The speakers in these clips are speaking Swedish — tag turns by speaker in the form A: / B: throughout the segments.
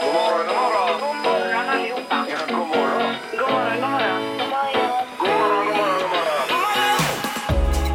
A: God morgon, god morgon.
B: God morgon allihopa.
A: Ja, god morgon.
B: God morgon, god morgon.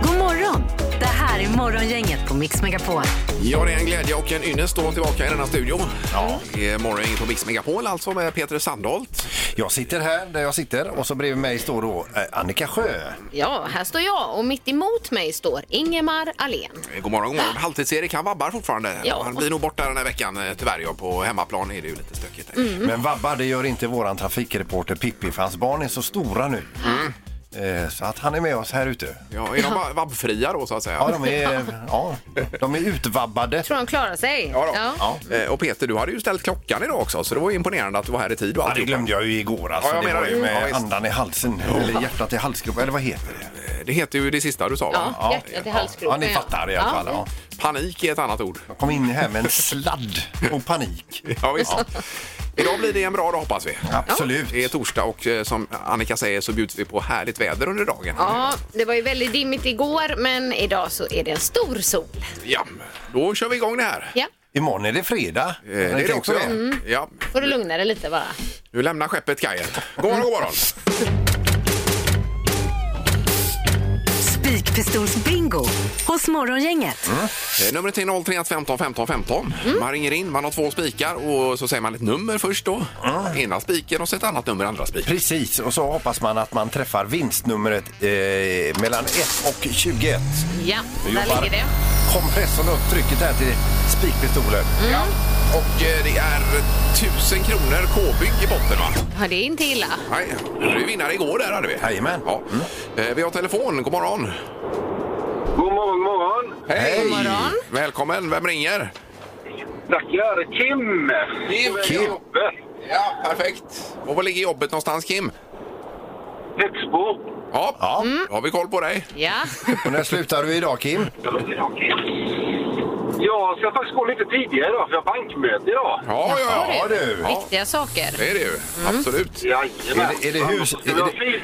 A: God morgon, god morgon, god morgon.
C: God morgon! Det här är Morgongänget på Mix Megapol.
D: Ja, det är en glädje och en ynnest att vara tillbaka i denna studio. Ja. Det är morgon på Mix Megapol alltså med Peter Sandholt.
E: Jag sitter här där jag sitter och så bredvid mig står då eh, Annika Sjö.
F: Ja, här står jag och mitt emot mig står Ingemar Ahlén.
D: Eh, God morgon, god morgon. Halvtids-Erik han vabbar fortfarande.
F: Ja.
D: Han blir nog borta den här veckan eh, tyvärr. Ja, på hemmaplan är det ju lite stökigt.
E: Men vabbar det gör inte våran trafikreporter Pippi för hans barn är så stora nu.
D: Mm.
E: Eh, Så att han är med oss här ute.
D: Ja, är de va- vabbfria då så att säga?
E: Ja, de är, ja, de är utvabbade.
F: Tror han klarar sig?
D: Ja, då.
F: Ja.
E: Ja.
D: Eh, Och Peter, du hade ju ställt klockan idag också så det var ju imponerande att du var här i tid och
E: Ja, det
D: alltihopa.
E: glömde jag ju igår alltså.
D: Ja, jag
E: det
D: menar
E: var ju
D: det. Ja,
E: med
D: visst.
E: andan i halsen, eller hjärtat i halsgropen, eller vad heter det?
D: det heter ju det sista du sa va?
F: Ja, hjärtat i halsgropen.
E: Ja, ni fattar i alla fall. Ja.
D: Panik är ett annat ord.
E: Jag kom in här med en sladd och panik.
D: Ja, visst. Idag blir det en bra dag hoppas vi.
E: Absolut.
D: Det är torsdag och eh, som Annika säger så bjuds vi på härligt väder under dagen.
F: Ja, det var ju väldigt dimmigt igår men idag så är det en stor sol.
D: Ja, då kör vi igång det här.
F: Ja,
E: Imorgon är det fredag.
D: Eh, Det är det också. Ja. Ja.
F: får du lugna dig lite bara.
D: Nu lämnar skeppet kajen. God morgon, god morgon.
C: Spikpistolsbingo hos Morgongänget.
D: Eh, Numret är 031 15 15 15. Man ringer in, man har två spikar och så säger man ett nummer först då.
E: Ah.
D: Ena spiken och så ett annat nummer, andra spiken.
E: Precis, och så hoppas man att man träffar vinstnumret eh, mellan 1 och 21.
F: Ja,
E: Nu
F: där
E: jobbar
F: ligger det.
E: Kompressorn upp trycket här till spikpistolen.
F: Mm.
D: Ja. Och eh, det är 1000 kronor K-bygg i botten va?
F: Ja, det är inte illa.
D: Nej, det var ju vinnare igår där hade vi.
E: Jajamän. Mm.
D: Ja. Eh, Vi har telefon, god morgon.
A: God morgon, god morgon.
D: Hej!
E: God
F: morgon.
D: Välkommen, vem ringer?
A: Tackar. Kim.
D: Kim.
A: Kim.
D: Ja, perfekt. Och var ligger jobbet någonstans Kim?
A: Högsbo.
D: Ja,
E: Ja.
D: då har vi koll på dig.
F: Ja,
E: Och när slutar du idag Kim?
A: Jag ska faktiskt gå lite tidigare idag, för jag har bankmöte idag.
D: Ja, ja, ja.
E: Ja du.
F: viktiga saker.
D: Det är det ju, absolut.
A: Jajamän.
E: Är det- är det hus-
A: Vi har
E: är det-
A: fin-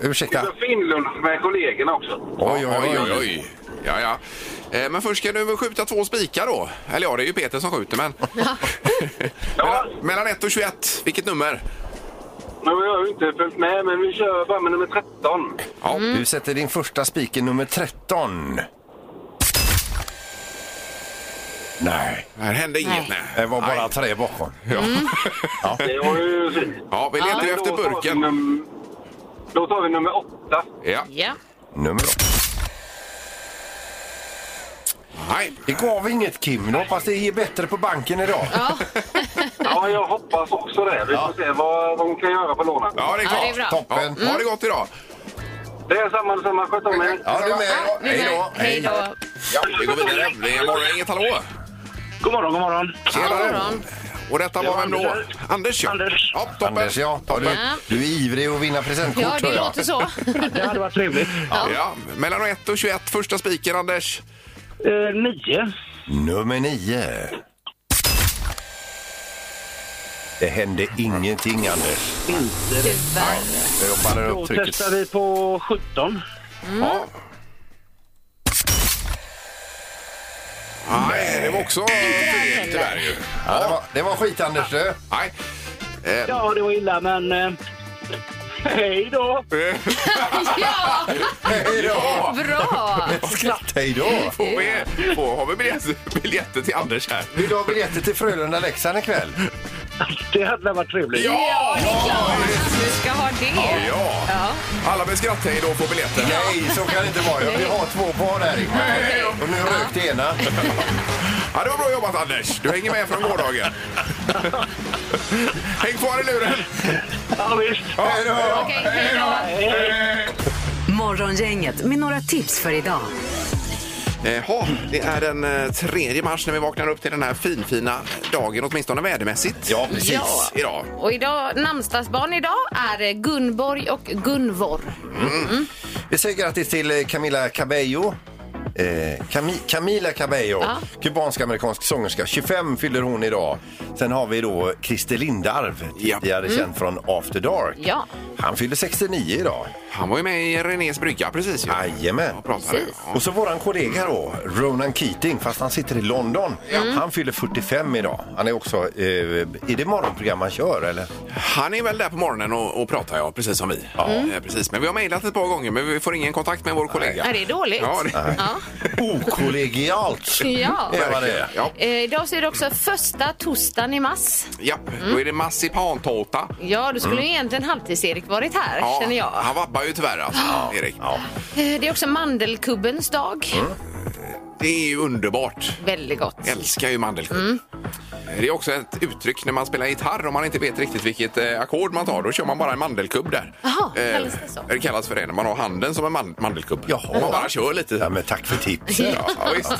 A: vi
E: Ursäkta.
A: har finlunch med kollegorna också.
E: Oj, oj, oj.
D: Ja, ja. Eh, Men först ska du väl skjuta två spikar då? Eller ja, det är ju Peter som skjuter, men... mellan, mellan 1 och 21, vilket nummer?
A: Nu har jag ju inte följt med, men vi kör bara med nummer 13.
D: Ja,
E: Du sätter din första spiker nummer 13. Nej,
D: här hände inget. Nej.
E: det var bara tre bakom.
D: Ja.
A: Det var ju synd.
D: ja, vi letar ju efter
A: Då tar vi
D: burken.
A: num- Då tar vi nummer 8.
D: Ja,
F: Ja,
E: Nummer åtta.
D: nej.
E: Det gav inget Kim. Jag hoppas det ger bättre på banken idag.
A: Ja, jag hoppas också det. Vi får se vad de kan göra på lånen.
D: Ja, det är
F: Ja, det är
D: klart.
F: bra.
E: Toppen.
D: Ja, ha det gott idag.
A: Det är samma, samma. Sköt om er.
E: Ja, du med.
F: vi är med. Hej då.
D: Ja, vi går vidare. Det är morgon, inget hallå.
G: God morgon, god morgon.
F: God
D: Tjenare.
F: morgon.
D: Och detta var vem då?
G: Anders.
D: Anders, ja.
G: Anders.
D: Ja, toppen.
E: Anders, ja. ja du,
F: Ja.
E: du är ivrig att vinna presentkort
F: Ja,
E: hör
F: det
E: jag.
F: låter så.
G: Det hade varit trevligt.
D: Ja, mellan 1 och 21, första spiken, Anders.
G: Eh, nio.
E: Nummer nio. Det hände ingenting, Anders.
G: Inte rätt.
F: Tyvärr.
E: Jag jobbade
G: Då
E: upp trycket.
G: testar vi på 17.
D: Ja. Nej, det var också fel tyvärr ju.
E: Ja, det, var, det var skit, Anders. Du.
D: Nej. Eh,
G: Ja, det var illa, men... Eh, hej då!
F: Ja,
E: Hej då!
F: bra.
E: Skratt, hej då!
D: Får vi, får, har vi biljetter, biljetter till Anders här?
E: Vill du ha biljetter till Frölunda-Leksand ikväll?
G: Det hade varit trevligt.
F: Ja, det är klart att du ska ha det.
D: Ja!
F: Ja.
D: Alla med skrattej då får biljetter.
E: Nej, så kan det inte vara. Jag vill ha två par där ikväll. Och nu har jag rökt det ena.
D: Ja, det var bra jobbat Anders. Du hänger med från gårdagen. Häng kvar i luren.
G: Ja, visst.
E: Hej då!
F: Okej, hej då.
C: Morgongänget med några tips för idag.
D: Jaha, Eh, det är den eh, 3 mars när vi vaknar upp till den här finfina dagen, åtminstone vädermässigt.
E: Ja, precis.
F: Ja.
D: Idag.
F: Och idag, namnsdagsbarn idag är Gunborg och Gunvor.
E: Vi säger grattis till eh, Camila Cabello. Eh, Cami- Camila Cabello,
F: Ja.
E: kubansk-amerikansk sångerska. 25 fyller hon idag. Sen har vi då Christer Lindarw,
D: Ja.
E: tidigare känd från After Dark.
F: Ja.
E: Han fyller 69 idag.
D: Han var ju med i Renés brygga precis ju.
E: Jajamän.
D: Och pratade.
F: Precis.
D: Ja.
E: Och så våran kollega då, Ronan Keating, fast han sitter i London.
F: Mm.
E: Han fyller 45 idag. Han är också... Eh, är det morgonprogram han kör eller?
D: Han är väl där på morgonen och, och pratar ja, precis som vi. Mm. Ja. Precis. Men vi har mejlat ett par gånger men vi får ingen kontakt med vår kollega.
F: Ja, det är dåligt.
D: Ja, det-
F: Ja.
E: Okollegialt!
F: Ja.
E: är vad det är.
D: Ja,
F: Eh, idag så är det också första torsdagen i mars.
D: ja. Då är det massipantårta.
F: Ja, då skulle ju egentligen halvtids-Erik varit här,
D: Mm. Ja,
F: känner jag.
D: Han vabbar ju tyvärr alltså, Erik.
F: Eh, Det är också mandelkubbens dag.
D: Det är ju underbart.
F: Väldigt gott.
D: Mm. Älskar ju mandelkubb. Det är också ett uttryck när man spelar gitarr om man inte vet riktigt vilket eh, ackord man tar. Då kör man bara en mandelkubb där. Eh,
F: Jaha, kallas det så?
D: det kallas för det när man har handen som en man mandelkubb.
E: Jaha.
D: Man bara kör lite.
E: Ja,
D: Ja,
E: men tack för tipset.
D: ja, visst.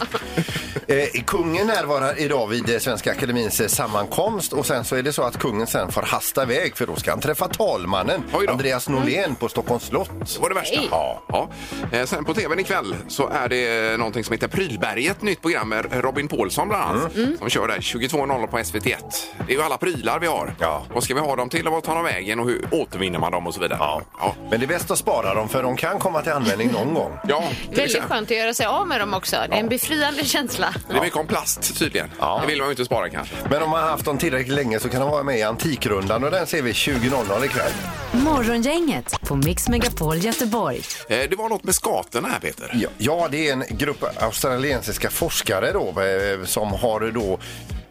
E: Eh, kungen närvarar idag vid eh, Svenska Akademins eh, sammankomst och sen så är det så att kungen sen får hasta iväg för då ska han träffa talmannen
D: Oj då.
E: Andreas Norlén på Stockholms slott.
D: Det var det värsta.
F: Nej.
D: Ja. Ja. Eh, Sen på tvn ikväll så är det eh, någonting som heter Prylberget, nytt program med Robin Paulsson bland annat.
F: Mm.
D: Som kör där 22.00 på SVT1. Det är ju alla prylar vi har.
E: Ja.
D: Vad ska vi ha dem till och vad tar de vägen och hur återvinner man dem och så vidare.
E: Ja.
D: Ja.
E: Men det är bäst att spara dem för de kan komma till användning någon gång.
D: Ja, till
F: Eh, Väldigt
D: exempel.
F: skönt att göra sig av med dem också. Det är en befriande känsla.
D: Det är mycket om plast tydligen.
E: Ja.
D: Det vill man ju inte spara kanske.
E: Men om man har haft dem tillräckligt länge så kan de vara med i Antikrundan och den ser vi 20.00 ikväll.
C: Morgongänget på Mix Megapol Göteborg.
D: Eh, Det var något med skatorna här Peter.
E: Ja, ja, det är en grupp australiensiska forskare då, eh, som har då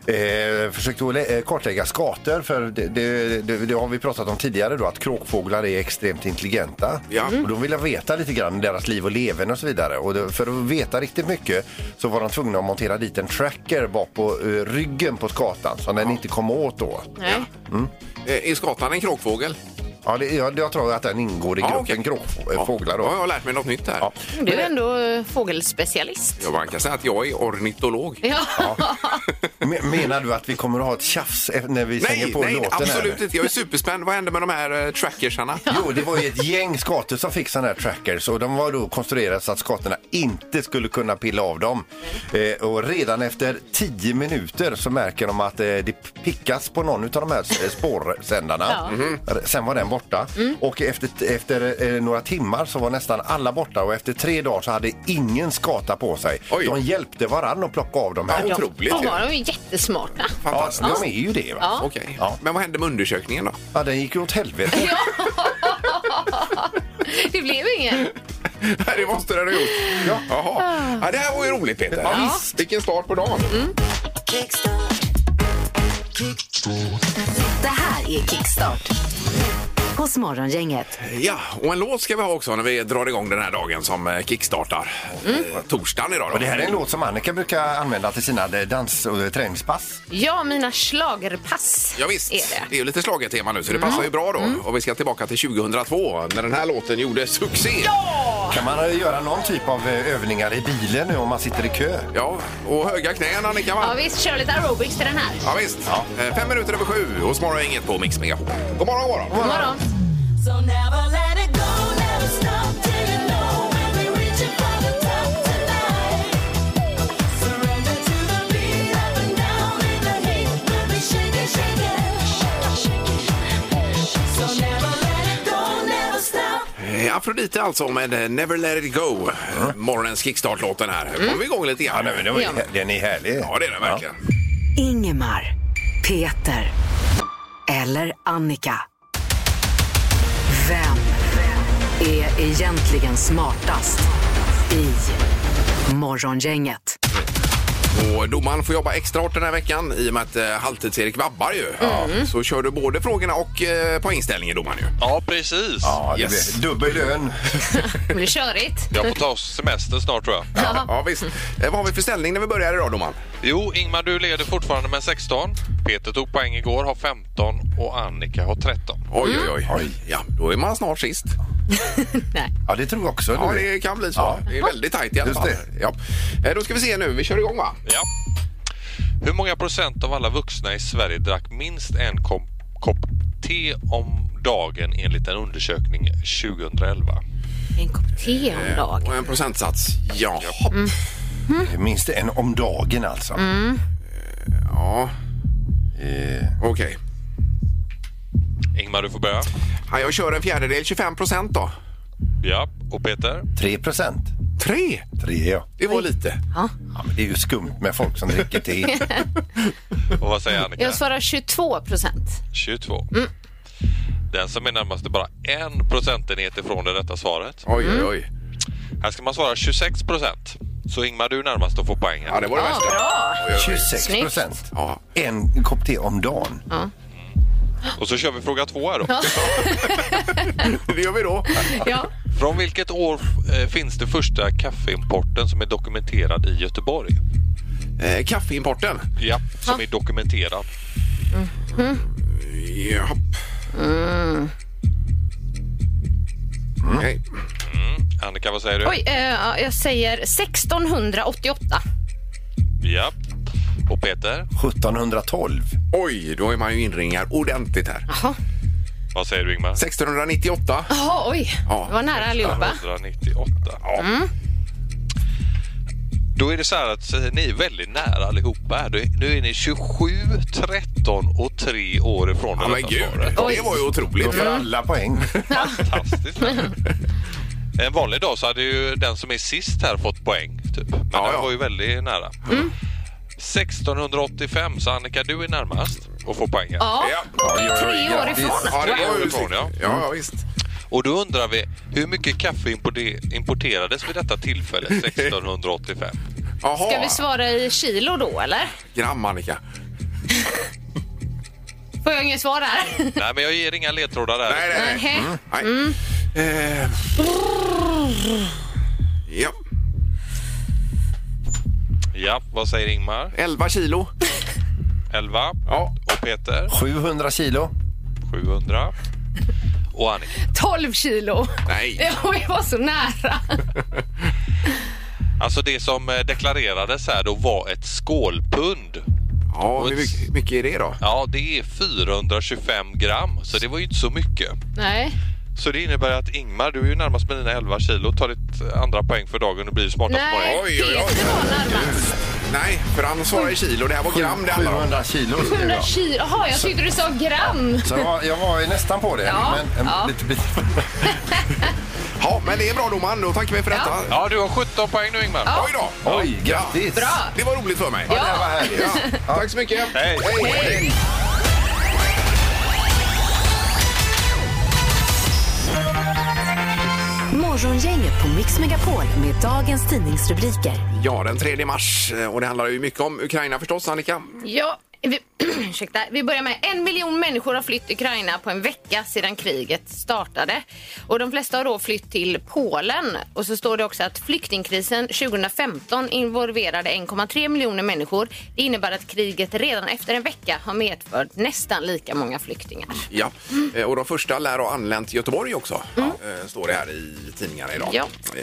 E: Eh, försökt att lä- eh, kartlägga skator, för det, det, det, det har vi pratat om tidigare då att kråkfåglar är extremt intelligenta.
D: Ja.
E: Och de ville veta lite grann om deras liv och leverne och så vidare. Och det, för att veta riktigt mycket så var de tvungna att montera dit en tracker bak på eh, ryggen på skatan som den inte kom åt då.
F: Nej.
D: Eh, Är skatan en kråkfågel?
E: Ja, det, jag, jag tror att den ingår i
D: Ja,
E: gruppen
D: okej.
E: kråkfåglar
D: Ja,
E: då.
D: jag har lärt mig något nytt här. Ja.
E: Ja.
F: Du är ändå eh, fågelspecialist.
D: Man kan säga att jag är ornitolog.
F: Ja.
E: Me- Menar du att vi kommer att ha ett tjafs eh, när vi sänger
D: Nej,
E: på
D: nej
E: låten? här
D: absolut
E: nu?
D: inte. Jag är superspänd. Vad hände med de här eh, trackersarna?
E: Jo, det var ju ett gäng skator som fick sådana här trackers och de var då konstruerade så att skatorna inte skulle kunna pilla av dem. Eh, och redan efter 10 minuter så märker de att eh, det pickas på någon av de här eh, spårsändarna.
D: Mhm.
E: R- Sen var den borta. Och efter, efter eh, några timmar så var nästan alla borta och efter tre dagar så hade ingen skata på sig.
D: Oj.
E: De hjälpte varann att plocka av de här.
D: Ja, otroligt
F: De
D: ju.
F: var de ju jättesmarta.
E: Ja,
D: Fantastiskt.
E: de är ju det. Va? Ja.
D: Okej.
E: Ja.
D: Men vad hände med undersökningen då?
E: den gick ju åt helvete.
F: Det blev ingen.
D: Nej, det måste den ha gjort. Ja. Jaha. Ja, det här var ju roligt Peter. Ja, visst. Vilken start på dagen.
C: Det här är Kickstart hos Morgongänget.
D: Ja, och en låt ska vi ha också när vi drar igång den här dagen som eh, kickstartar. Eh, Torsdagen idag då.
E: Och det här är en låt som Annika brukar använda till sina eh, dans och träningspass.
F: Ja, mina schlagerpass
D: Ja, visst.
F: är
D: Det.
F: det.
D: är ju lite schlagertema nu så det passar ju bra då. Och vi ska tillbaka till 2002 när den här låten gjorde succé.
E: Kan man eh, göra någon typ av eh, övningar i bilen nu om man sitter i kö?
D: Ja, och höga knän Annika va?
F: Ja, visst. Kör lite aerobics till den här.
D: Ja, visst. Eh, Fem minuter över sju och morgon inget på Mix Megapol. God morgon, god morgon.
F: God morgon.
H: So never let it go, never stop till you know when we reaching for the top tonight. Surrender to the beat, up and down in the heat, we'll be shaking, shaking. So never let it go, never stop.
D: Eh, Afrodite alltså med eh, Never Let It Go. Mm. Morgonens kickstart-låten här. Kom vi igång lite grann. Mm. Ja,
E: Den,
F: Ja.
E: den är härlig.
D: det är den verkligen.
C: Ingemar, Peter eller Annika. Vem är egentligen smartast i Morgongänget?
D: Och domaren får jobba extra hårt den här veckan i och med att eh, halvtids-Erik vabbar ju. Så kör du både frågorna och eh, poängställningen domaren ju.
I: Ja, precis.
E: Ja, det
D: Yes.
E: blir dubbel lön.
F: Det blir körigt.
I: Jag får ta semester snart tror jag.
D: Ja, visst. Eh, vad har vi för ställning när vi börjar idag domaren?
I: Jo, Ingmar du leder fortfarande med 16. Peter tog poäng igår, har 15 och Annika har 13.
D: Oj, oj, Mm. oj. Ja, då är man snart sist.
E: Ja, det tror jag också.
D: Ja,
E: du.
D: det kan bli så.
E: Ja.
D: Det är väldigt tajt i alla
E: Just
D: fall.
E: det.
D: Ja. Eh, Då ska vi se nu. Vi kör igång va?
I: Ja. Hur många procent av alla vuxna i Sverige drack minst en kom- kopp te om dagen enligt en undersökning 2011?
F: En kopp te
D: Eh,
F: om dagen.
D: Och en procentsats, ja.
E: Minst en om dagen alltså.
F: Mm.
D: ja.
E: Eh,
D: Okej.
I: Ingmar, du får börja.
D: Ja, jag kör en fjärdedel, 25 procent då.
I: Ja, och Peter?
E: 3 procent.
D: Tre!
E: 3 ja.
D: Det var lite.
E: ja men det är ju skumt med folk som dricker te.
I: Och vad säger Annika?
F: Jag svarar 22 procent.
I: 22. Den som är närmast är bara en procentenhet ifrån det rätta svaret.
D: Oj, oj, oj.
I: Här ska man svara 26 procent. Så Ingmar, du är närmast att få poängen.
D: Ja, det var det värsta. Oj, oj, oj.
E: 26
F: Snyggt.
E: procent.
D: Ja.
E: En kopp te om dagen.
I: Och så kör vi fråga två här då.
D: Det gör vi då.
F: Ja.
I: Från vilket år eh, finns det första kaffeimporten som är dokumenterad i Göteborg?
D: Eh, kaffeimporten.
I: Ja, som är dokumenterad.
D: Japp. Mm. Okej.
I: Annika, vad säger du?
F: Oj, eh, ja, jag säger 1688.
I: Ja. Och Peter,
E: 1712.
D: Oj, då är man ju inringar ordentligt här.
I: vad säger du Ingmar?
D: 1698.
F: Jaha, oj.
D: Ja.
F: Det var nära allihopa.
I: 198. Ja.
D: Mm.
I: Då är det så här att eh, ni är väldigt nära allihopa. här. Du- Nu är ni 27, 13 och 3 år ifrån
D: Ja,
I: det
D: men
I: rätta
D: gud,
I: svaret.
D: det var ju otroligt.
E: Då
F: Mm.
E: får alla poäng.
I: Fantastiskt. En vanlig dag så hade ju den som är sist här fått poäng. Typ. Men
D: Ja,
I: den
D: ja.
I: var ju väldigt nära. 1685, så Annika du är närmast och får poängen.
F: Ja.
D: Ja.
F: Tre år ifrån.
D: Ja, det var ju
I: Ifrån, ja.
D: ja. ja, visst.
I: Och då undrar vi, hur mycket kaffe importe- importerades vid detta tillfälle 1685?
D: Jaha,
F: Ska vi svara i kilo då, eller?
D: gram Annika.
F: Får jag inget svar här?
I: Nej, men jag ger inga ledtrådar där.
D: Nej, nej, nej.
F: Nej.
D: nej. Eh. Ja,
I: Ja, vad säger Ingmar?
D: 11 kilo.
I: 11.
D: Ja.
I: Och Peter?
E: 700 kilo.
I: 700. Och Annika?
F: 12 kilo.
D: Nej.
F: Ja, jag var så nära.
I: Alltså det som eh, deklarerades här då var ett skålpund.
D: Ja, hur mycket, mycket är det då?
I: Ja, det är 425 gram, så det var ju inte så mycket.
F: Nej.
I: Så det innebär att Ingmar, du är ju närmast med dina 11 kilo. Ta ditt andra poäng för dagen och blir smartast på
F: Nej,
I: morgonen.
D: oj, oj, oj.
F: Peter var närmast.
D: Nej, för han svarade i kilo. Det här var gram det handlar om.
E: 700 kilo.
F: 100 kilo. Jaha, jag tyckte du sa gram.
E: Så jag var, jag var ju nästan på det.
F: Ja,
E: Men en
F: ja.
E: lite bit.
D: Ja, men det är bra domaren. Då tackar vi för detta.
I: Ja, du har 17 poäng nu Ingmar.
D: Oj då.
E: Oj, grattis!
F: Bra.
D: Det var roligt för mig.
E: Ja, det här var härligt.
D: Ja. Tack så mycket.
I: Hej.
D: Hej.
C: Morgongänget på Mix Megapol med dagens tidningsrubriker.
D: Ja, den 3 mars. eh, Och det handlar ju mycket om Ukraina förstås, Annika.
F: Ja, vi, ursäkta, vi börjar med en miljon människor har flytt Ukraina på en vecka sedan kriget startade. Och de flesta har då flytt till Polen. Och så står det också att flyktingkrisen 2015 involverade 1,3 miljoner människor. Det innebär att kriget redan efter en vecka har medfört nästan lika många flyktingar.
D: Ja. Eh, Och de första lär ha anlänt till Göteborg också, eh, står det här i tidningarna idag.
F: Ja.
D: Eh,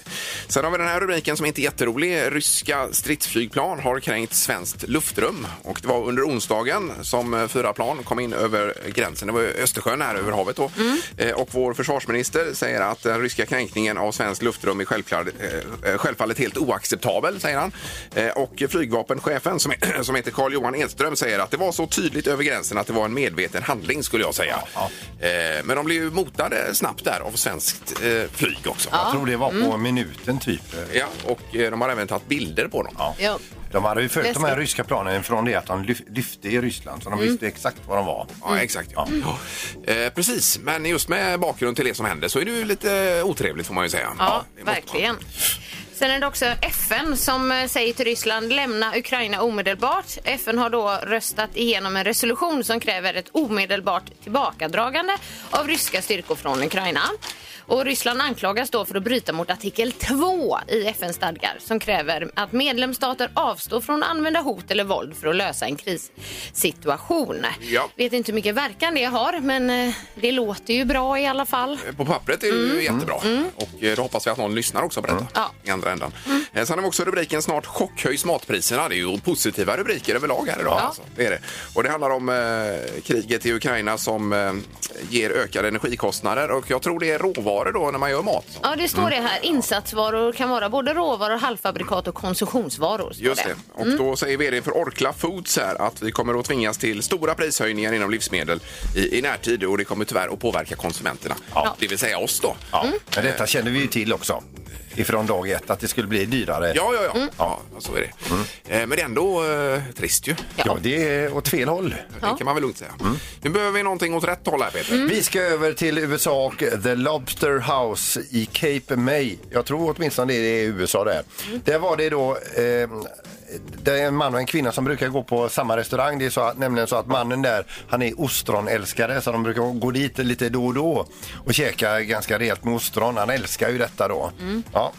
D: Sen har vi den här rubriken som inte är jätterolig. Ryska stridsflygplan har kränkt svenskt luftrum. Och det var under onsdagen som eh, fyra plan kom in över gränsen. Det var Östersjön här över havet då. Eh, Och vår försvarsminister säger att den ryska kränkningen av svenskt luftrum är självklart, eh, självfallet helt oacceptabel, säger han. Eh, Och flygvapenchefen som, är, som heter Carl Johan Edström säger att det var så tydligt över gränsen att det var en medveten handling skulle jag säga. Eh, Men de blev ju motade snabbt där av svenskt eh, flyg också.
E: Jag tror det var på
D: Mm.
E: minuten typ.
D: Ja, och eh, de har även tagit bilder på dem.
E: Ja.
F: Ja.
E: De hade ju följt de här
F: Läskigt.
E: ryska planen från det att de lyf- lyfte i Ryssland så de
D: Mm.
E: visste exakt var de var.
D: Ja, exakt. Ja. Ja. Eh, precis, men just med bakgrund till det som hände så är det ju lite otrevligt får man ju säga.
F: Ja,
D: det måste
F: verkligen. Sen är det också FN som eh, säger till Ryssland lämna Ukraina omedelbart. FN har då röstat igenom en resolution som kräver ett omedelbart tillbakadragande av ryska styrkor från Ukraina. Och Ryssland anklagas då för att bryta mot artikel 2 i FNs stadgar som kräver att medlemsstater avstår från att använda hot eller våld för att lösa en krissituation.
D: Ja.
F: Vet inte hur mycket verkan det har, men eh, det låter ju bra i alla fall.
D: man- På pappret är det ju jättebra och eh, då hoppas vi att någon lyssnar också på detta.
F: Mm. Ja.
D: I andra ändan. Mm. Sen har vi också rubriken Snart chockhöjs matpriserna. Det är ju positiva rubriker överlag här idag. Alltså. Det är det. Och det handlar om eh, kriget i Ukraina som eh, ger ökade energikostnader och jag tror det är råvaror då när man gör mat.
F: Ja, det står det här. Insatsvaror kan vara både råvaror, halvfabrikat och konsumtionsvaror. står
D: Just det. Och då säger vd för Orkla Foods här att vi kommer att tvingas till stora prishöjningar inom livsmedel i, i närtid och det kommer tyvärr att påverka konsumenterna.
E: Ja.
D: Det vill säga oss då.
E: Ja. Men detta kände vi ju till också ifrån dag ett, att det skulle bli dyrare.
D: Ja, ja, ja. ja så är det. Eh, Men det är ändå eh, trist ju.
E: Ja, det är åt fel håll.
D: Det kan man väl lugnt säga. Nu behöver vi någonting åt rätt håll här Peter.
E: Vi ska över till USA och The Lobster House i Cape May. Jag tror åtminstone det är i USA det är. Där var det då eh, det är en man och en kvinna som brukar gå på samma restaurang. Det är så att, nämligen så att mannen där, han är ostronälskare så de brukar gå dit lite då och då och käka ganska rejält med ostron. Han älskar ju detta då. Ja.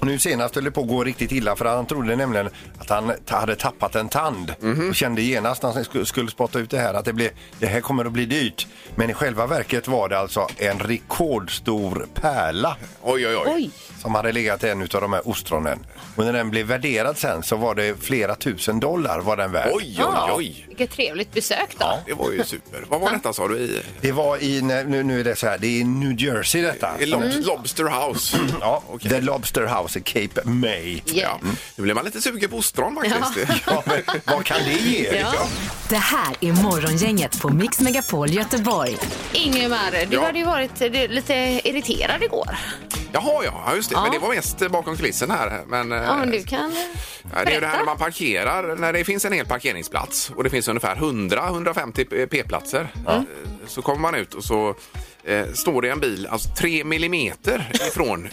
E: Nu senast höll det på att gå riktigt illa för han trodde nämligen att han ta- hade tappat en tand och kände genast när han sku- skulle spotta ut det här att det, blev, det här kommer att bli dyrt. Men i själva verket var det alltså en rekordstor pärla
D: Oj, oj, oj.
F: Oj!
E: som hade legat i en av de här ostronen. Och när den blev värderad sen så var det flera tusen dollar var den värd.
D: Oj, oj,
F: Ja.
D: oj.
F: Vilket trevligt besök då.
D: Det var ju super. Vad var detta sa du? I,
E: Det var i, nej, nu, nu är det så här, det är i New Jersey detta.
D: i lob- Lobster House?
E: Ja, The Lobster House i Cape May.
D: Ja. Mm. Nu blir man lite sugen på ostron faktiskt.
E: Ja, men vad kan det ge? liksom?
C: Det här är Morgongänget på Mix Megapol Göteborg.
F: Ingemar, du
D: Ja.
F: hade ju varit eh, lite irriterad igår.
D: Jaha, ja, ja, just det. Men det var mest eh, bakom kulissen här. Men, eh,
F: Ja, men du kan...
D: Ja, det är ju det här
F: Berätta.
D: när man parkerar, när det finns en hel parkeringsplats och det finns ungefär 100-150 p-platser. eh, Så kommer man ut och så eh, står det en bil alltså 3 millimeter ifrån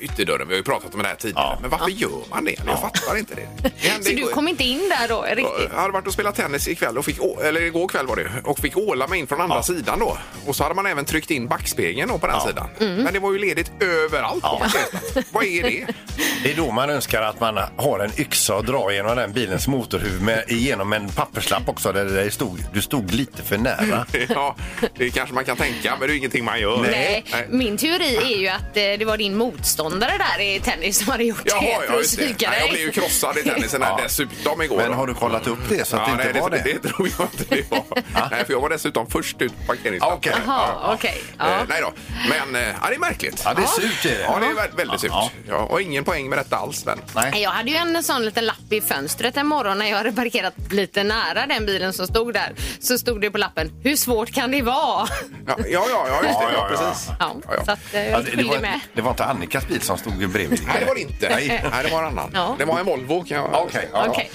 D: ytterdörren. Vi har ju pratat om det här tidigare. Men varför gör man det? Jag fattar inte det. det hände
F: Så du
D: igår.
F: kom inte in där då, riktigt?
D: jag hade varit och spelat tennis ikväll, och fick, å- eller igår kväll var det, och fick åla mig in från andra sidan då. Och så hade man även tryckt in backspegeln då på den sidan.
F: Mm.
D: Men det var ju ledigt överallt på parkeringsplatsen. Vad är det?
E: Det är då man önskar att man har en yxa och drar genom den bilens motorhuv med, genom en papperslapp också där det stod, du stod lite för nära.
D: Ja, det kanske man kan tänka, men det är ju ingenting man gör.
F: Nej. min teori är ju att eh, det var din motståndare där i tennis som hade gjort
D: Jaha,
F: det
D: ja,
F: för att
D: just det.
F: psyka
D: Nej, jag blev ju
F: dig.
D: krossad i tennisen här
E: Ja.
D: dessutom igår.
E: Men
D: då.
E: har du kollat upp det så att
D: ja,
E: det inte
D: nej,
E: var det?
D: det? Det tror jag inte det var. nej, för jag var dessutom först ut på parkeringsplatsen.
E: Ah, Okej.
F: Jaha, okej.
D: Eh,
F: Ja.
D: nej då. Men eh, ja, det är märkligt.
E: Ja, det är surt är det.
D: Ja, det är vä- väldigt surt.
E: Ja.
D: Ja, och ingen poäng med detta alls. Men.
E: Nej.
F: Jag hade ju en sån liten lapp i fönstret en morgon när jag hade parkerat lite nära den bilen som stod där. Så stod det på lappen, hur svårt kan det vara?
D: Ja, ja, ja, ja, just det.
E: Ja, ja,
D: Ja,
E: ja.
D: precis.
F: Ja,
D: Ja, ja.
F: Så att, eh,
E: Ja,
F: jag
E: det, det,
F: skyllde med.
E: var, det var inte Annikas bil som stod bredvid.
D: Nej, det var det inte. Nej, det var en annan.
F: Ja.
D: Det var en Volvo. Kan jag...
E: Okej, ja, ja.
F: Okej.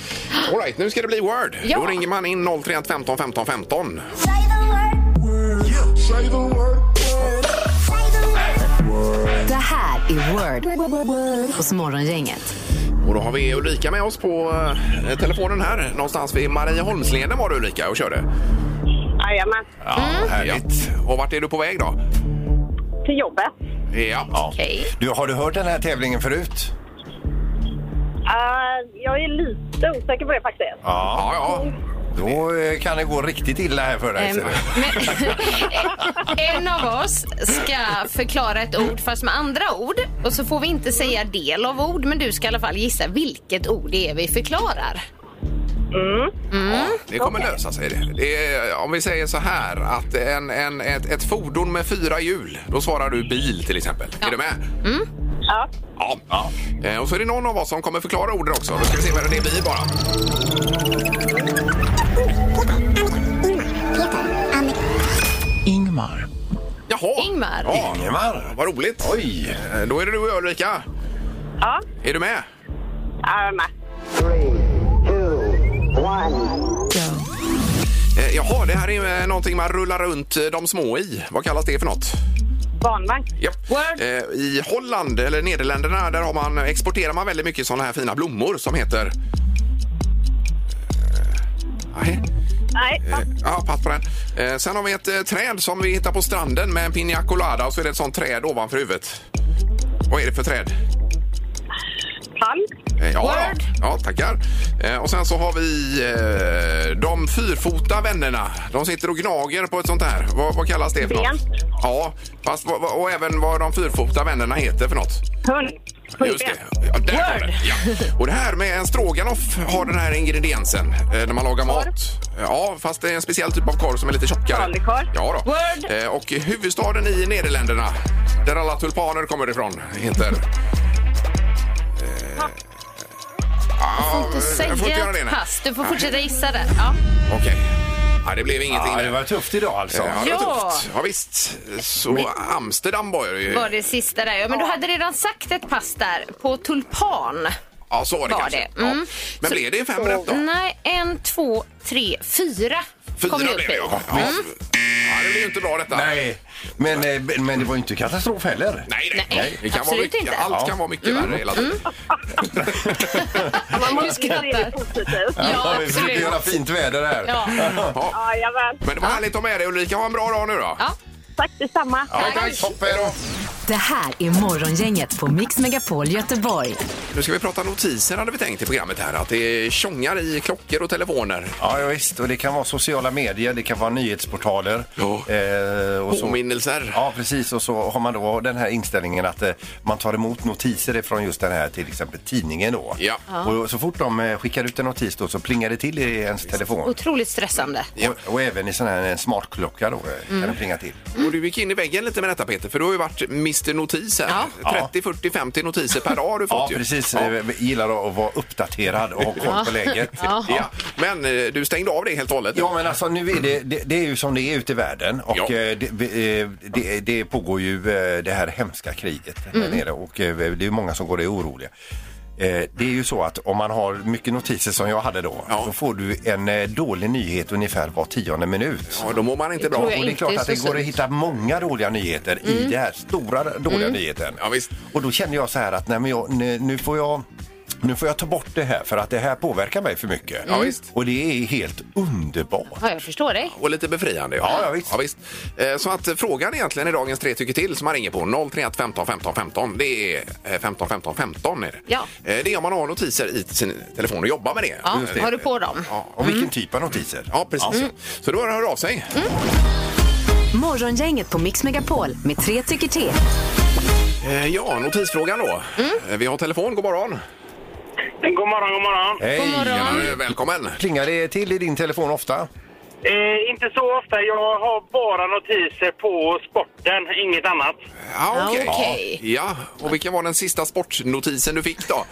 D: All right, nu ska det bli Word.
F: Ja.
D: Då ringer man in 031 15 15 15.
H: Say the word. Say the word. Say the word.
C: Det här är Word hos Morgongänget.
D: Och då har vi Ulrika med oss på eh, telefonen här. Någonstans vid Marieholmsleden var du Ulrika och körde.
B: Jajamän.
D: Ja, härligt. Och vart är du på väg då?
B: Till jobbet.
D: Ja.
F: Okej.
E: Du, har du hört den här tävlingen förut?
B: Eh, jag är lite osäker på det faktiskt.
D: Ja, ja.
E: Då eh, kan det gå riktigt illa här för dig.
F: Ehm,
E: ser du.
F: men- en av oss ska förklara ett ord fast med andra ord och så får vi inte säga del av ord men du ska i alla fall gissa vilket ord det är vi förklarar.
D: Det kommer lösa sig. Det. Det är, om vi säger så här att en, en, ett, ett fordon med fyra hjul, då svarar du bil till exempel. Är du med?
B: Ja.
D: Ja. Eh, Och så är det någon av oss som kommer förklara orden också. Då ska vi se vad det blir bara.
E: Ingmar.
D: Jaha!
F: Ingmar.
D: Ja,
E: Ingemar.
D: vad roligt.
E: Oj!
D: Eh, Då är det du och jag Ulrika.
B: Ja.
D: Är du med?
B: Jag är med.
D: Eh, Jaha, det här är ju eh, någonting man rullar runt eh, de små i. Vad kallas det för något?
B: Barnvagn.
D: Japp.
F: Word.
D: Eh, I Holland, eller Nederländerna, där har man, exporterar man väldigt mycket sådana här fina blommor som heter... Eh, Nej.
B: Nej.
D: Eh, Ja, pass på den. Eh, Sen har vi ett eh, träd som vi hittar på stranden med en piña colada och så är det ett sånt träd ovanför huvudet. Vad är det för träd?
B: Palm.
D: Eh, Ja,
F: Word.
D: ja, ja tackar. Eh, Och sen så har vi eh, de fyrfota vännerna. De sitter och gnager på ett sånt här. Vad, vad kallas det för något?
B: Ben.
D: Ja, fast, vad- vad- och även vad de fyrfota vännerna heter för något.
B: Hund.
D: Just det. Ja, där var den. Ja. Och det här med en stroganoff har den här ingrediensen eh, när man lagar mat. Ja, fast det är en speciell typ av korv som är lite tjockare.
B: Falukorv.
D: Ja då.
F: Word.
D: Eh, Och huvudstaden i Nederländerna, där alla tulpaner kommer ifrån, heter... Eh, Ja,
F: Du
D: jag får inte göra det
F: säger
D: nu.
F: pass. Du får fortsätta gissa där. Ja.
D: Okej. Ja, det blev ingenting.
E: Ja,
D: där.
E: det var tufft idag alltså.
D: Ja, det var
F: Ja.
D: tufft. Ja, visst. Så Amsterdam var ju...
F: Var det sista där. Ja, men du hade redan sagt ett pass där på tulpan.
D: Ja, så var det
F: var
D: kanske.
F: det. Mm.
D: Ja. Men blev det fem rätt då?
F: Nej, en, två, tre, fyra.
D: Fyra
F: kom du
D: blev
F: upp i. Mm.
D: det, ja. Ja. ja. Det blev ju inte bra detta.
E: Nej, men, eh, b- men det var ju inte katastrof heller.
D: Nej, nej.
F: Nej,
D: det kan vara
F: absolut
D: mycket,
F: inte. Mm.
D: Allt
E: Ja.
D: kan vara mycket värre hela tiden.
B: Man
F: Du
B: måste ju
F: skrattar.
B: se det positivt.
F: Ja,
E: vi försöker
F: absolut.
E: göra fint väder här.
F: Ja.
B: Ja, jajamän.
D: Men det var härligt att ha med dig Ulrika. Ha en bra dag nu då.
F: Ja.
B: Tack detsamma.
E: Ja, tack. Toppen.
C: Det här är Morgongänget på Mix Megapol Göteborg.
D: Nu ska vi prata notiser hade vi tänkt i programmet här. Att det tjongar i klockor och telefoner.
E: Ja, ja, visst. Och det kan vara sociala medier, det kan vara nyhetsportaler.
D: Ja.
E: Eh, och så.
D: Påminnelser.
E: Ja, precis. Och så har man då den här inställningen att eh, man tar emot notiser från just den här till exempel tidningen då.
D: Ja.
E: Och så fort de eh, skickar ut en notis då så plingar det till i ens telefon.
F: Otroligt stressande.
E: Och, och även i sån här eh, smartklocka då eh, kan den plinga till.
D: Och du gick in i väggen lite med detta Peter, för du har ju varit Mr Notis här.
E: Ja.
D: 30, 40, 50 notiser per dag har du fått
E: Ja,
D: ju.
E: precis. Eh, Gillar att vara uppdaterad och ha koll på läget.
F: Ja.
D: Ja. Men eh, du stängde av det helt och hållet.
E: Ja, men alltså nu är det, det, det är ju som det är ute i världen och
D: Ja.
E: eh, det, vi, eh, det, det pågår ju eh, det här hemska kriget
F: Mm.
E: där nere och eh, det är många som går och är oroliga. Eh, Det är ju så att om man har mycket notiser som jag hade då
D: Ja.
E: så får du en eh, dålig nyhet ungefär var tionde minut.
D: Ja, då mår man inte bra.
F: tror jag
E: Och det är
F: inte
E: klart
F: är
E: att
F: så Mm.
E: det går att
F: sunt.
E: hitta många dåliga nyheter i det här stora dåliga
F: Mm.
E: nyheten.
D: Ja, visst.
E: Och då kände jag så här att nej, men jag, nu, nu får jag nu får jag ta bort det här för att det här påverkar mig för mycket.
D: Ja, visst.
E: Och det är helt underbart.
F: Ja, jag förstår dig.
D: Och lite befriande.
E: Ja, ja, visst.
D: Eh, Så att eh, frågan egentligen i dagens Tre tycker till som man ringer på 031 15 15 15. Det är eh, 15 15 15 är det.
F: Ja.
D: Eh, Det är om man har notiser i sin telefon och jobbar med det.
F: Ja,
D: Just det.
F: har du på Mm. dem?
D: Ja,
E: Och vilken typ av notiser?
D: ja precis. Så då hör hör av sig.
F: Mm.
C: Morgongänget på Mix Megapol med tre tycker till.
D: Eh, Ja, notisfrågan då.
F: Mm.
D: Eh, Vi har telefon. God morgon.
G: God morgon, god morgon.
E: Hej!
F: God morgon.
D: Eh, Välkommen.
E: Plingar det till i din telefon ofta?
G: Eh, inte så ofta. Jag har bara notiser på sporten, inget annat.
D: Ja, okej.
F: Ja, okej.
D: Ja, och vilken var den sista sportnotisen du fick då?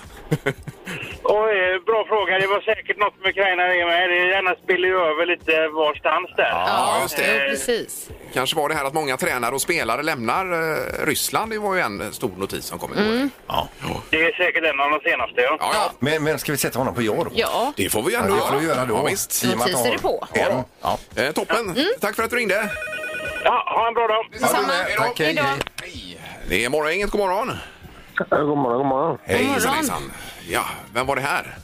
G: Och, eh, bra fråga. Det var säkert något med Ukraina det med. Det gärna spiller ju över lite varstans där.
D: Ja, just det.
F: Jo, precis.
D: Kanske var det här att många tränare och spelare lämnar eh, Ryssland. Det var ju en stor notis som kom igår.
F: Mm.
E: Ja.
G: Det är säkert en av de senaste. Ja.
D: Ja, ja.
E: Men, men ska vi sätta honom på ja då?
F: Ja,
D: Det får vi ju
E: Ja,
D: ändå
E: det får du göra då.
D: Ja, visst.
E: I och med att du
F: Notiser
E: har
F: är på.
E: En. Ja.
D: Eh, toppen. Tack för att du ringde.
G: Ja, ha en bra dag.
F: samma.
E: Hej då. Tack, hej,
F: Hejdå.
E: hej.
D: Det är morgongänget. God morgon.
A: God morgon, god morgon.
E: Hej.
F: morgon.
D: Hejsan. Ja, vem var det här?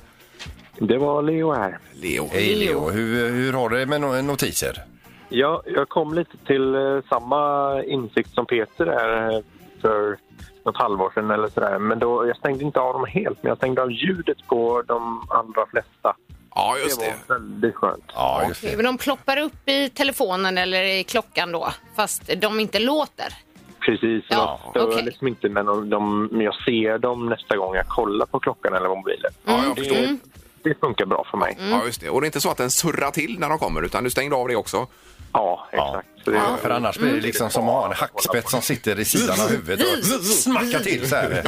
A: Det var Leo här.
D: Leo.
E: Hej Leo, hur, hur har du det med no- notiser?
A: Ja, jag kom lite till eh, samma insikt som Peter där eh, för något halvår sedan eller sådär. Men då, jag stängde inte av dem helt, men jag stängde av ljudet på de allra flesta.
D: Ja,
A: Det
D: just det.
A: var väldigt skönt.
E: Ja, just det.
F: Men de ploppar upp i telefonen eller i klockan då, fast de inte låter.
A: Precis,
F: Ja,
A: jag stör
F: okej.
A: liksom inte men de, de, men jag ser dem nästa gång jag kollar på klockan eller mobilen.
D: Ja, jag förstår.
A: Det funkar bra för mig.
D: Ja, just det. Och det är inte så att den surrar till när de kommer, utan du stängde av det också.
A: Ja,
E: Ja.
A: exakt. Så det,
E: För annars blir det liksom som att ha en hackspett som sitter i sidan av huvudet och smackar till så här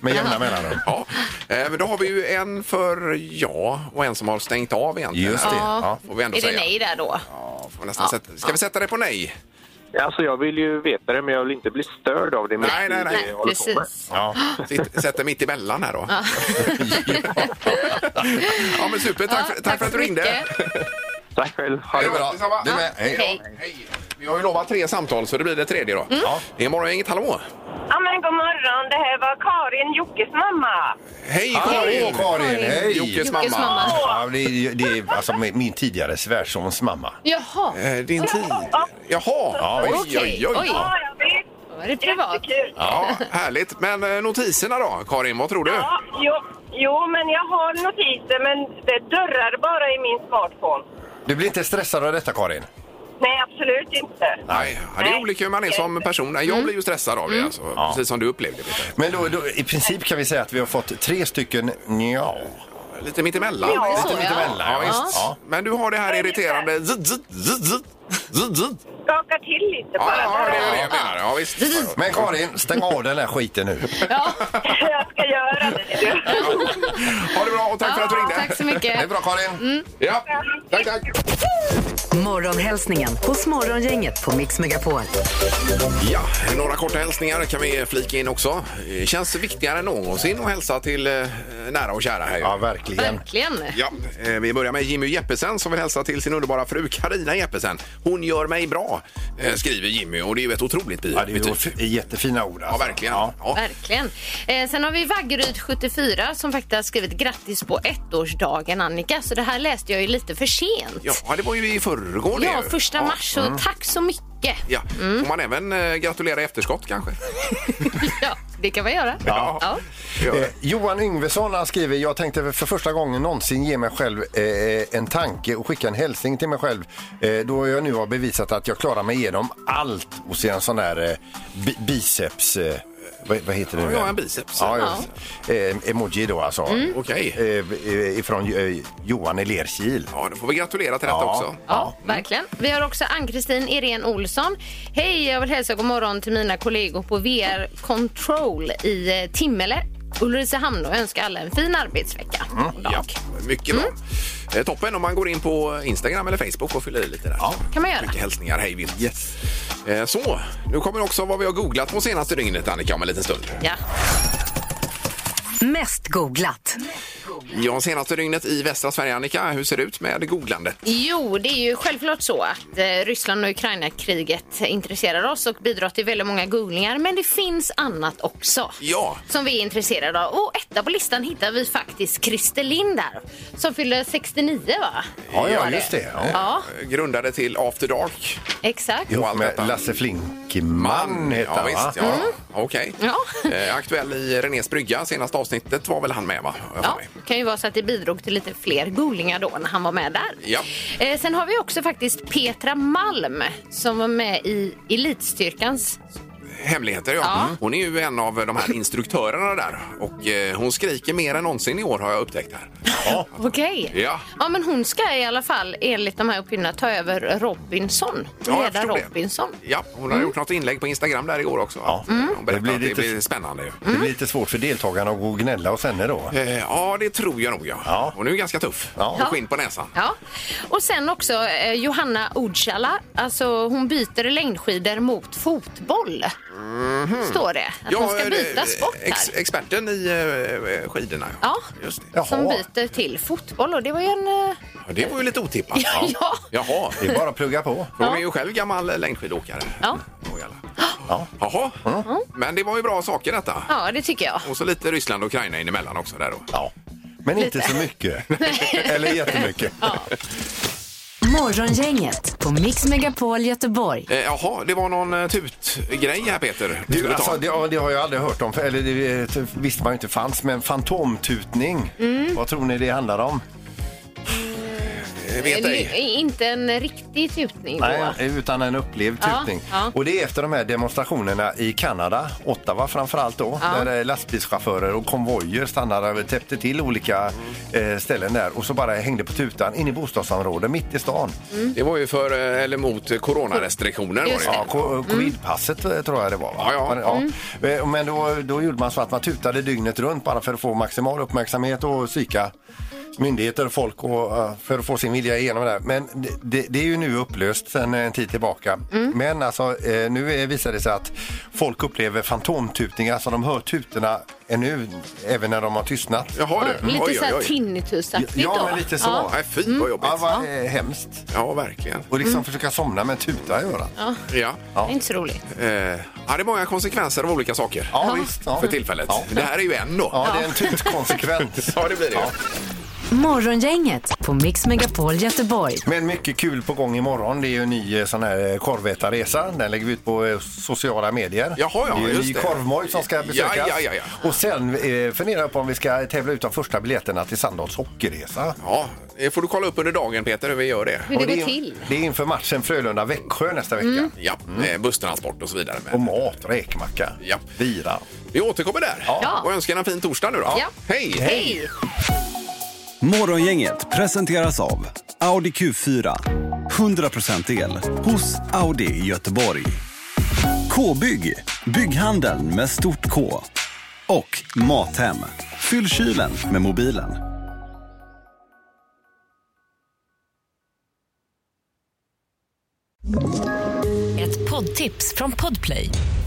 E: med jämna mellanrum.
D: Ja. Eh, men då har vi ju en för ja och en som har stängt av egentligen.
E: Just det. Ja.
D: Får vi ändå
F: Är det
D: säga.
F: nej där då?
D: Ja, får vi nästan sätta. Ska vi sätta det på nej?
A: alltså jag vill ju veta det, men jag vill inte bli störd av det.
D: Nej, nej, nej.
A: Jag håller på med.
F: Precis.
E: Ja.
D: Sitt- Sätter mitt emellan här då. ja, men super. Tack,
F: Ja,
D: för, tack för att du
F: så
D: ringde.
F: mycket.
A: Tack själv. Ha
D: Ja,
A: det
D: det
A: bra.
D: är bra. Detsamma.
E: Du med. Hej.
F: Hej. Mm.
D: Hej. Vi har ju lovat tre samtal så det blir det tredje då. Ja. Det är morgon, inget hallå.
B: Ja, men god morgon. Det här var Karin, Jockes mamma.
D: Hej
E: Hej
D: Karin!
E: Karin! Hej!
D: Jockes
F: Jockes
D: mamma.
F: mamma.
E: Ja, det är, det är alltså min min tidigare svärsons mamma.
F: Jaha,
D: Eh, Din tid. Jaha,
E: Ja,
D: oj, oj,
F: okej.
D: oj.
F: Oj.
B: Ja, jag vet.
F: då är det privat.
B: Jättekul.
D: Ja, härligt. Men eh, notiserna då, Karin? Vad tror du?
B: Ja, jo, jo, men jag har notiser, men det dörrar bara i min smartphone.
E: Du blir inte stressad av detta Karin?
B: Nej, absolut inte.
D: Nej, ja, det är
B: Nej.
D: olika hur man är som person. Nej,
F: Mm.
D: Jag blir ju stressad av det, alltså, precis som du upplevde Peter.
E: Men då, då, i princip kan vi säga att vi har fått tre stycken nja.
D: Lite mittemellan.
B: Ja,
D: Lite
F: så, ja.
D: mittemellan, ja.
E: Ja.
D: visst.
E: Ja.
D: Men du har det här irriterande... Zzz, zzz, zzz, zzz, zzz, zzz.
B: Skaka till lite
D: Ja,
B: bara.
D: ja, det är det jag menar. Ja, visst.
E: Men Karin, stäng av den här skiten nu.
B: Jag ska göra det. du.
D: Ha det bra och tack för att du
F: Ja,
D: ringde.
F: tack så mycket.
E: Det är bra Karin.
D: Ja, tack, tack.
C: Morgonhälsningen hos Morgongänget på Mix Megapol.
D: Ja, några korta hälsningar kan vi flika in också. Eh, Känns viktigare än någonsin att hälsa till eh, nära och kära här ju.
E: Ja, verkligen.
F: Verkligen.
D: Ja, eh, vi börjar med Jimmy Jeppesen som vill hälsa till sin underbara fru Karina Jeppesen. Hon gör mig bra, eh, skriver Jimmy och det är ju ett otroligt bi-
E: Ja, det är ju
D: betyg.
E: f- jättefina ord.
D: Ja,
E: Alltså.
D: verkligen. Ja.
F: Verkligen. Eh, sen har vi Vaggeryd 74 som faktiskt har skrivit grattis på ettårsdagen Annika. Så det här läste jag ju lite för sent.
D: Ja, det var ju i förrgår det
F: Ja,
D: ju.
F: första mars. Mm. Så tack så mycket.
D: Ja. Får man även eh, gratulera i efterskott kanske?
F: Ja, det kan vi göra.
D: Ja. Ja.
E: Eh, Johan Yngvesson han skriver, jag tänkte för första gången någonsin ge mig själv eh, en tanke och skicka en hälsning till mig själv eh, då jag nu har bevisat att jag klarar mig igenom allt och ser en sån här eh, bi- biceps... Eh, vad, vad heter det nu?
D: Ja, en biceps. Mm.
E: Ja, ja. Eh, emoji då alltså.
D: Okej.
E: Eh, ifrån eh, Johan i Lerkil.
D: Ja, då får vi gratulera till detta
E: Ja.
D: också.
F: Ja, verkligen. Vi har också Ann-Kristin Irene Olsson. Hej, jag vill hälsa god morgon till mina kollegor på VR Control i eh, Timmele, Ulricehamn och önska alla en fin arbetsvecka. och dag.
D: Ja, mycket bra.
F: Mm.
D: Eh, Toppen om man går in på Instagram eller Facebook och fyller i lite där. Ja,
F: kan man göra.
D: Mycket hälsningar, hej vilt. Eh, Så, nu kommer också vad vi har googlat på senaste dygnet Annika om en liten stund.
F: Ja.
C: Mest googlat.
D: Ja, senaste dygnet i västra Sverige Annika, hur ser det ut med googlandet?
F: Jo, det är ju självklart så att eh, Ryssland och Ukraina-kriget intresserar oss och bidrar till väldigt många googlingar. Men det finns annat också.
D: Ja,
F: som vi är intresserade av. Och etta på listan hittar vi faktiskt Christer Lind där, som fyller 69 va?
E: Ja, ja, just det. Ja.
F: Ja,
D: eh, grundade till After Dark.
F: exakt.
E: Ihop
D: allt
E: med
D: detta.
E: Lasse Flinckman
D: Mm,
E: heter
D: ja,
E: han, va? Mm.
D: visst, ja. Mm. Okej.
F: Ja.
D: Eh, Aktuell i Renés brygga, senaste avsnittet var väl han med va? Har jag för
F: Ja,
D: mig.
F: det kan ju vara så att det bidrog till lite fler googlingar då när han var med där.
D: Ja.
F: Eh, sen har vi också faktiskt Petra Malm som var med i Elitstyrkans...
D: Hemligheter, ja. Mm. Hon är ju en av de här instruktörerna där. Och eh, hon skriker mer än någonsin i år har jag upptäckt här.
F: Okej.
D: Ja.
F: ja, men hon ska i alla fall enligt de här uppgifterna ta över Robinson.
D: jag
F: Leda
D: förstod det.
F: Robinson.
D: Ja, hon
F: Mm.
D: har gjort något inlägg på Instagram där igår också.
E: Ja.
D: Hon berättade
E: Det blir
D: att det
E: lite-
D: blir spännande ju.
E: Det blir lite svårt för deltagarna att gå och gnälla hos henne då.
D: Eh, Ja, det tror jag nog. Ja.
E: Ja.
D: Hon är ju ganska tuff.
E: Ja.
D: Och skinn på näsan.
F: Ja. Och sen också eh, Johanna Udsala. Alltså hon byter längdskidor mot fotboll.
D: Mhm.
F: Står det. Att hon ska
D: eh,
F: byta sport här.
D: ex- Experten i eh, skidorna.
F: Ja.
D: Just det.
E: Ja.
F: Som
E: Jaha.
F: byter till fotboll och det var ju en... eh,
D: Ja, det var ju lite otippat.
F: Ja.
D: Jaha.
E: Det är bara att plugga på.
D: Hon är ju själv gammal längdskidåkare.
F: Ja.
D: Nåjala.
E: Ja.
D: Jaha. Men det var ju bra saker detta.
F: Ja, det tycker jag.
D: Och så lite Ryssland och Ukraina in emellan också där då.
E: Ja. Men inte så mycket. Eller jättemycket.
C: Morgongänget på Mix Megapol Göteborg.
D: Eh, jaha, det var någon eh, tutgrej här Peter. Du,
E: Du,
D: skulle ta.
E: alltså, det, ja, det har jag aldrig hört om, för- eller det eh, visste man ju inte fanns, men fantomtutning. Vad tror ni det handlar om?
D: Eh, Vet
F: Nu-
D: ej.
F: Inte en riktig tutning då.
E: Nej, utan en upplevd
F: Ja,
E: tutning.
F: ja.
E: Och det är efter de här demonstrationerna i Kanada, Ottawa framförallt då, där eh, lastbilschaufförer och konvojer stannade och täppte till olika eh, ställen där och så bara hängde på tutan in i bostadsområden mitt i stan.
D: Det var ju för, eh, eller mot eh, coronarestriktioner. Var det.
F: Just
E: Ja, co- covidpasset eh, tror jag det var. va?
D: Mm. Ja, Mm. ja.
E: Eh, Men då, då gjorde man så att man tutade dygnet runt bara för att få maximal uppmärksamhet och psyka myndigheter och folk och, eh, för att få sin vilja igenom det där. Men det- det, det är ju nu upplöst sedan en tid tillbaka.
D: Mm.
E: Men alltså, eh, nu eh, visar det sig att folk upplever fantomtutningar, alltså de hör tutorna ännu, även när de har tystnat.
D: Jaha du.
F: Lite
D: oj,
F: så
D: oj,
F: här
D: oj.
F: tinnitusaktigt
E: Ja,
F: då.
E: men lite så.
F: Ja. Mm.
D: Nej, fy vad jobbigt.
E: Ja, vad eh, hemskt.
D: Ja, verkligen.
E: Och liksom försöka somna med en tuta i örat. Ja,
D: Mm. Ja.
F: Det är inte så roligt.
D: Eh, ja, det är många konsekvenser av olika saker
E: visst. Ja.
D: för tillfället.
E: Ja.
D: Det här är ju en då.
E: Ja, det är en tutkonsekvens.
D: Ja, det blir det.
J: Morgongänget på Mix Megapol Göteborg.
E: Men mycket kul på gång imorgon. Det är ju en ny eh, sån här eh, korvätarresa. Den lägger vi ut på eh, sociala medier.
D: Jaha, ja,
E: det är ju
D: just
E: ny
D: det.
E: korvmoj som ska
D: Ja,
E: besökas.
D: ja, ja, ja.
E: Och sen eh, funderar jag på om vi ska tävla ut de första biljetterna till Sandals hockeyresa.
D: Ja, det får du kolla upp under dagen Peter hur vi gör det.
F: Hur
E: Och
F: det
E: är-
F: går till.
E: Det är inför matchen Frölunda-Växjö nästa vecka.
D: Ja, mm. busstransport och så vidare.
E: Och
D: Men
E: mat, räkmacka,
D: Ja.
E: bira.
D: vi återkommer där
F: Ja.
D: och önskar en fin torsdag nu då.
F: Ja.
D: Hej!
F: Hej!
K: Morgongänget presenteras av Audi Q4. 100% el hos Audi i Göteborg. K-bygg. Bygghandeln med stort K. Och Mathem. Fyll kylen med mobilen.
C: Ett poddtips från Podplay.